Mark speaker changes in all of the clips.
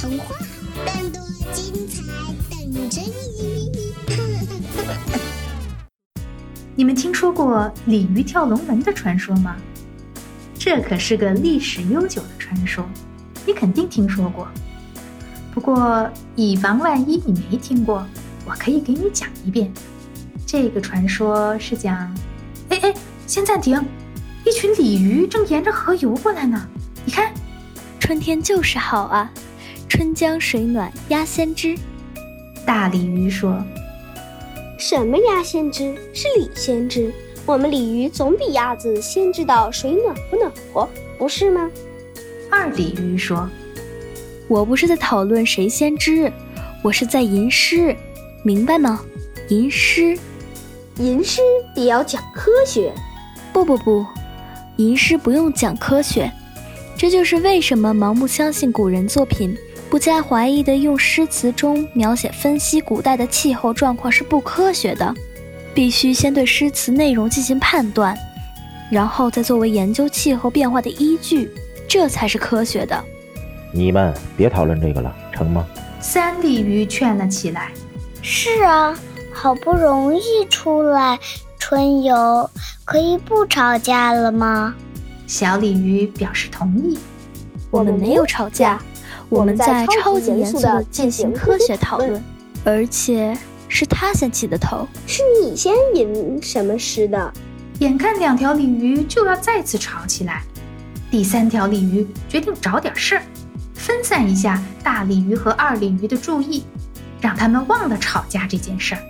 Speaker 1: 童话，更多精彩等着你！
Speaker 2: 你们听说过鲤鱼跳龙门的传说吗？这可是个历史悠久的传说，你肯定听说过。不过以防万一你没听过，我可以给你讲一遍。这个传说是讲……哎哎，先暂停！一群鲤鱼正沿着河游过来呢，你看。
Speaker 3: 春天就是好啊，春江水暖鸭先知。
Speaker 2: 大鲤鱼说
Speaker 4: 什么鸭先知是李先知，我们鲤鱼总比鸭子先知道水暖不暖和，不是吗？：“
Speaker 2: 二鲤鱼说，
Speaker 3: 我不是在讨论谁先知，我是在吟诗，明白吗？吟诗，
Speaker 4: 吟诗也要讲科学。
Speaker 3: 不不不，吟诗不用讲科学。这就是为什么盲目相信古人作品，不加怀疑的用诗词中描写分析古代的气候状况是不科学的，必须先对诗词内容进行判断，然后再作为研究气候变化的依据，这才是科学的。
Speaker 5: 你们别讨论这个了，成吗？
Speaker 2: 三鲤鱼劝了起来。
Speaker 6: 是啊，好不容易出来春游，可以不吵架了吗？
Speaker 2: 小鲤鱼表示同意。
Speaker 3: 我们没有吵架，我们在超级严肃的进行科学讨论，而且是他先起的头。
Speaker 4: 是你先吟什么诗的？
Speaker 2: 眼看两条鲤鱼就要再次吵起来，第三条鲤鱼决定找点事儿，分散一下大鲤鱼和二鲤鱼的注意，让他们忘了吵架这件事儿。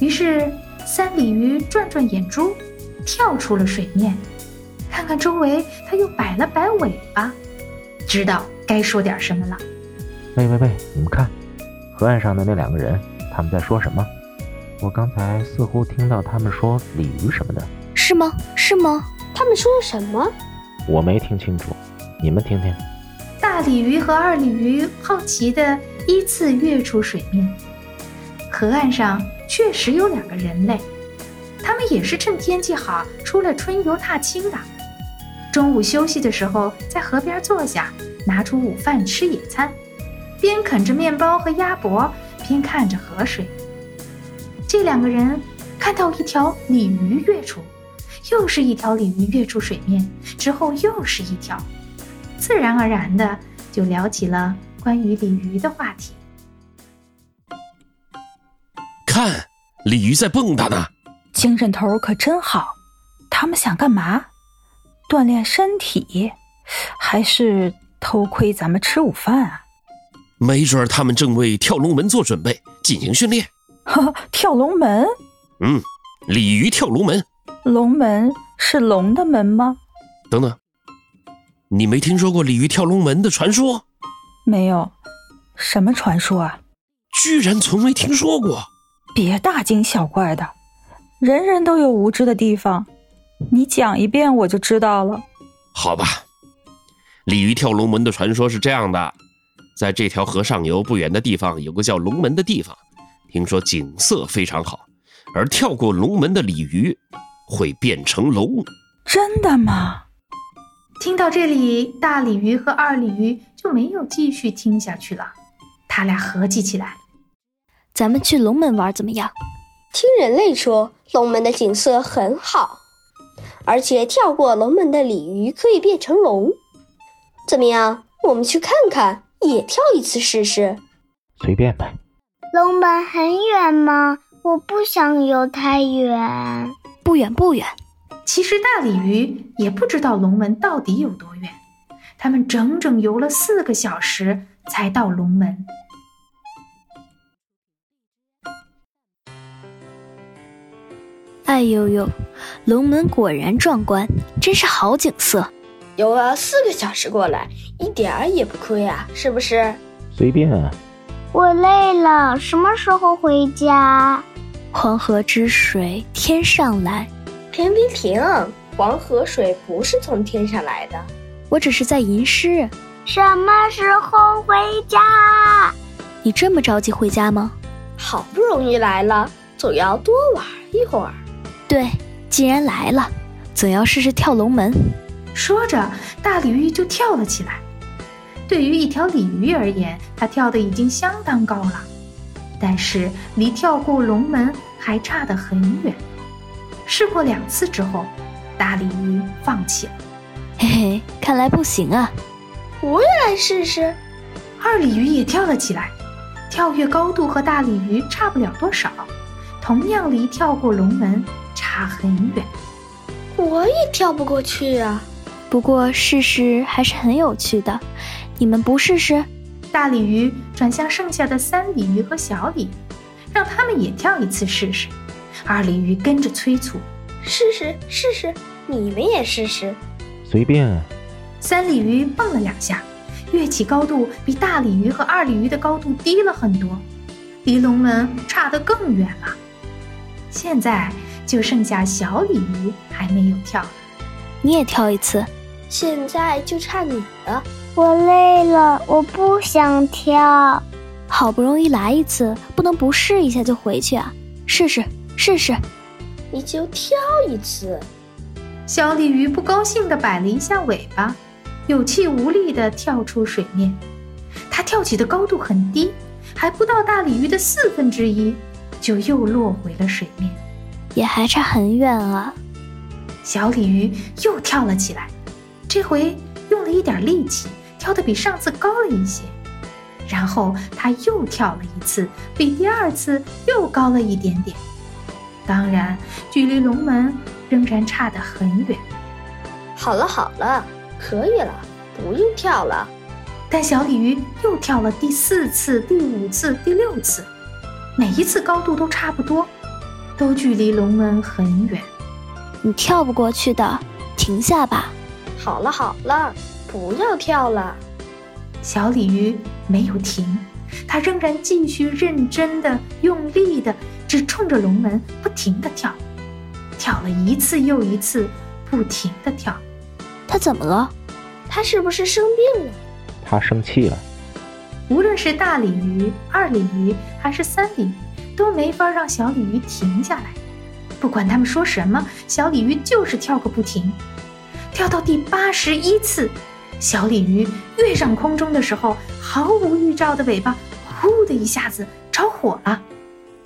Speaker 2: 于是，三鲤鱼转转眼珠，跳出了水面，看看周围，它又摆了摆尾巴，知道该说点什么了。
Speaker 5: 喂喂喂，你们看，河岸上的那两个人，他们在说什么？我刚才似乎听到他们说鲤鱼什么的，
Speaker 3: 是吗？是吗？
Speaker 4: 他们说什么？
Speaker 5: 我没听清楚，你们听听。
Speaker 2: 大鲤鱼和二鲤鱼好奇地依次跃出水面。河岸上确实有两个人类，他们也是趁天气好出来春游踏青的。中午休息的时候，在河边坐下，拿出午饭吃野餐，边啃着面包和鸭脖，边看着河水。这两个人看到一条鲤鱼跃出，又是一条鲤鱼跃出水面，之后又是一条。自然而然的就聊起了关于鲤鱼的话题。
Speaker 7: 看，鲤鱼在蹦跶呢。
Speaker 8: 精神头儿可真好。他们想干嘛？锻炼身体，还是偷窥咱们吃午饭啊？
Speaker 7: 没准儿他们正为跳龙门做准备，进行训练。
Speaker 8: 呵，跳龙门，
Speaker 7: 嗯，鲤鱼跳龙门。
Speaker 8: 龙门是龙的门吗？
Speaker 7: 等等，你没听说过鲤鱼跳龙门的传说？
Speaker 8: 没有，什么传说啊？
Speaker 7: 居然从没听说过。
Speaker 8: 别大惊小怪的，人人都有无知的地方。你讲一遍我就知道了。
Speaker 7: 好吧，鲤鱼跳龙门的传说是这样的：在这条河上游不远的地方，有个叫龙门的地方，听说景色非常好，而跳过龙门的鲤鱼会变成龙。
Speaker 8: 真的吗？
Speaker 2: 听到这里，大鲤鱼和二鲤鱼就没有继续听下去了，他俩合计起来。
Speaker 3: 咱们去龙门玩怎么样？
Speaker 4: 听人类说，龙门的景色很好，而且跳过龙门的鲤鱼可以变成龙。怎么样？我们去看看，也跳一次试试。
Speaker 5: 随便呗。
Speaker 6: 龙门很远吗？我不想游太远。
Speaker 3: 不远不远，
Speaker 2: 其实大鲤鱼也不知道龙门到底有多远，他们整整游了四个小时才到龙门。
Speaker 3: 哎呦呦，龙门果然壮观，真是好景色。
Speaker 4: 游了啊四个小时过来，一点儿也不亏啊，是不是？
Speaker 5: 随便啊，
Speaker 6: 我累了，什么时候回家？
Speaker 3: 黄河之水天上来，
Speaker 4: 停停停！黄河水不是从天上来的。
Speaker 3: 我只是在吟诗。
Speaker 6: 什么时候回家？
Speaker 3: 你这么着急回家吗？
Speaker 4: 好不容易来了，总要多玩一会儿。
Speaker 3: 对，既然来了，总要试试跳龙门。
Speaker 2: 说着，大鲤鱼就跳了起来。对于一条鲤鱼而言，它跳得已经相当高了，但是离跳过龙门还差得很远。试过两次之后，大鲤鱼放弃了。
Speaker 3: 嘿嘿，看来不行啊。
Speaker 4: 再试试。
Speaker 2: 二鲤鱼也跳了起来，跳跃高度和大鲤鱼差不了多少，同样离跳过龙门差很远。
Speaker 4: 我也跳不过去啊！
Speaker 3: 不过试试还是很有趣的，你们不试试？
Speaker 2: 大鲤鱼转向剩下的三鲤鱼和小鲤鱼，让他们也跳一次试试。二鲤鱼跟着催促，
Speaker 4: 试试试试，你们也试试。
Speaker 5: 随便，
Speaker 2: 三鲤鱼蹦了两下，跃起高度比大鲤鱼和二鲤鱼的高度低了很多，离龙门差得更远了。现在就剩下小鲤鱼还没有跳，
Speaker 3: 你也跳一次。
Speaker 4: 现在就差你了。
Speaker 6: 我累了，我不想跳。
Speaker 3: 好不容易来一次，不能不试一下就回去啊！试试试试，
Speaker 4: 你就跳一次。
Speaker 2: 小鲤鱼不高兴地摆了一下尾巴，有气无力地跳出水面。它跳起的高度很低，还不到大鲤鱼的四分之一，就又落回了水面。
Speaker 3: 也还差很远啊。
Speaker 2: 小鲤鱼又跳了起来，这回用了一点力气，跳得比上次高了一些。然后它又跳了一次，比第二次又高了一点点。当然，距离龙门仍然差得很远。
Speaker 4: 好了好了，可以了，不用跳了。
Speaker 2: 但小鲤鱼又跳了第四次、第五次、第六次，每一次高度都差不多，都距离龙门很远。
Speaker 3: 你跳不过去的，停下吧。
Speaker 4: 好了好了，不要跳了。
Speaker 2: 小鲤鱼没有停，它仍然继续认真的、用力的，只冲着龙门不停的跳，跳了一次又一次，不停的跳。
Speaker 3: 他怎么了？
Speaker 4: 他是不是生病了？
Speaker 5: 他生气了。
Speaker 2: 无论是大鲤鱼、二鲤鱼还是三鲤鱼，都没法让小鲤鱼停下来。不管他们说什么，小鲤鱼就是跳个不停。跳到第八十一次，小鲤鱼跃上空中的时候，毫无预兆的尾巴“呼”的一下子着火了。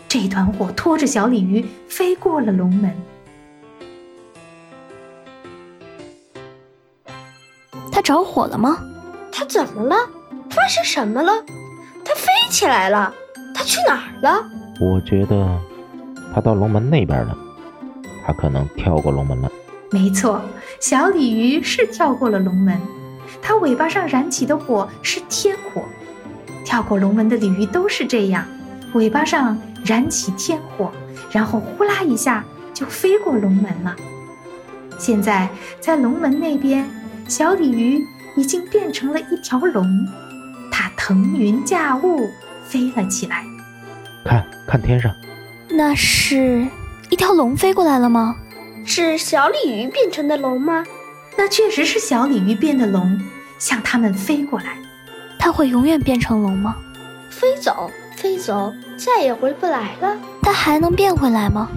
Speaker 2: 这团火拖着小鲤鱼飞过了龙门。
Speaker 3: 他着火了吗？
Speaker 4: 他怎么了？发生什么了？他飞起来了？他去哪儿了？
Speaker 5: 我觉得他到龙门那边了，他可能跳过龙门了。
Speaker 2: 没错，小鲤鱼是跳过了龙门，它尾巴上燃起的火是天火。跳过龙门的鲤鱼都是这样，尾巴上燃起天火，然后呼啦一下就飞过龙门了。现在在龙门那边，小鲤鱼已经变成了一条龙，它腾云驾雾飞了起来。
Speaker 5: 看看天上，
Speaker 3: 那是一条龙飞过来了吗？
Speaker 4: 是小鲤鱼变成的龙吗？
Speaker 2: 那确实是小鲤鱼变的龙，向它们飞过来。
Speaker 3: 它会永远变成龙吗？
Speaker 4: 飞走，飞走，再也回不来了。
Speaker 3: 它还能变回来吗？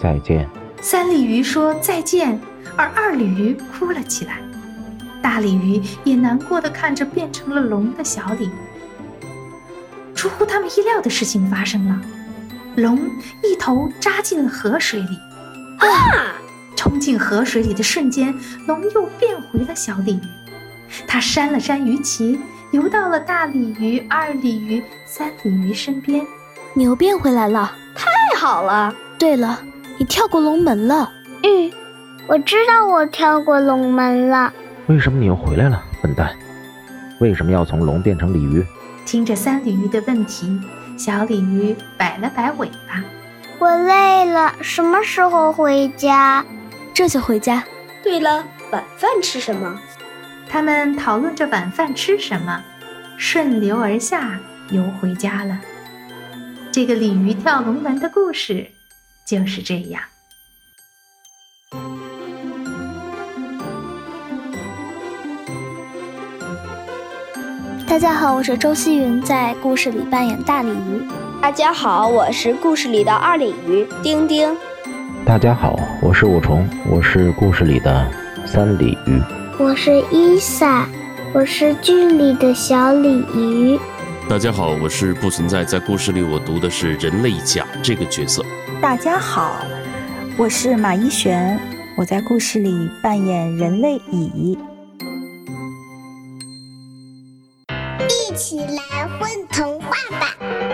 Speaker 5: 再见。
Speaker 2: 三鲤鱼说再见，而二鲤鱼哭了起来，大鲤鱼也难过的看着变成了龙的小鲤鱼。出乎他们意料的事情发生了，龙一头扎进了河水里。
Speaker 4: 啊！
Speaker 2: 冲进河水里的瞬间，龙又变回了小鲤鱼。它扇了扇鱼鳍，游到了大鲤鱼、二鲤鱼、三鲤鱼身边。
Speaker 3: 你又变回来了。
Speaker 4: 太好了，
Speaker 3: 对了，你跳过龙门了。
Speaker 6: 嗯，我知道我跳过龙门了。
Speaker 5: 为什么你又回来了，笨蛋？为什么要从龙变成鲤鱼？
Speaker 2: 听着三鲤鱼的问题，小鲤鱼摆了摆尾巴。
Speaker 6: 我累了，什么时候回家？
Speaker 3: 这就回家。
Speaker 4: 对了，晚饭吃什么？
Speaker 2: 他们讨论着晚饭吃什么，顺流而下游回家了。这个鲤鱼跳龙门的故事就是这样。
Speaker 3: 大家好，我是周希云，在故事里扮演大鲤鱼。
Speaker 4: 大家好，我是故事里的二鲤鱼丁丁。
Speaker 5: 大家好，我是五重，我是故事里的三鲤鱼。
Speaker 6: 我是伊萨，我是剧里的小鲤鱼。
Speaker 7: 大家好，我是不存在，在故事里我读的是人类甲这个角色。
Speaker 8: 大家好，我是马一璇，我在故事里扮演人类乙。
Speaker 1: 一起来混童话吧！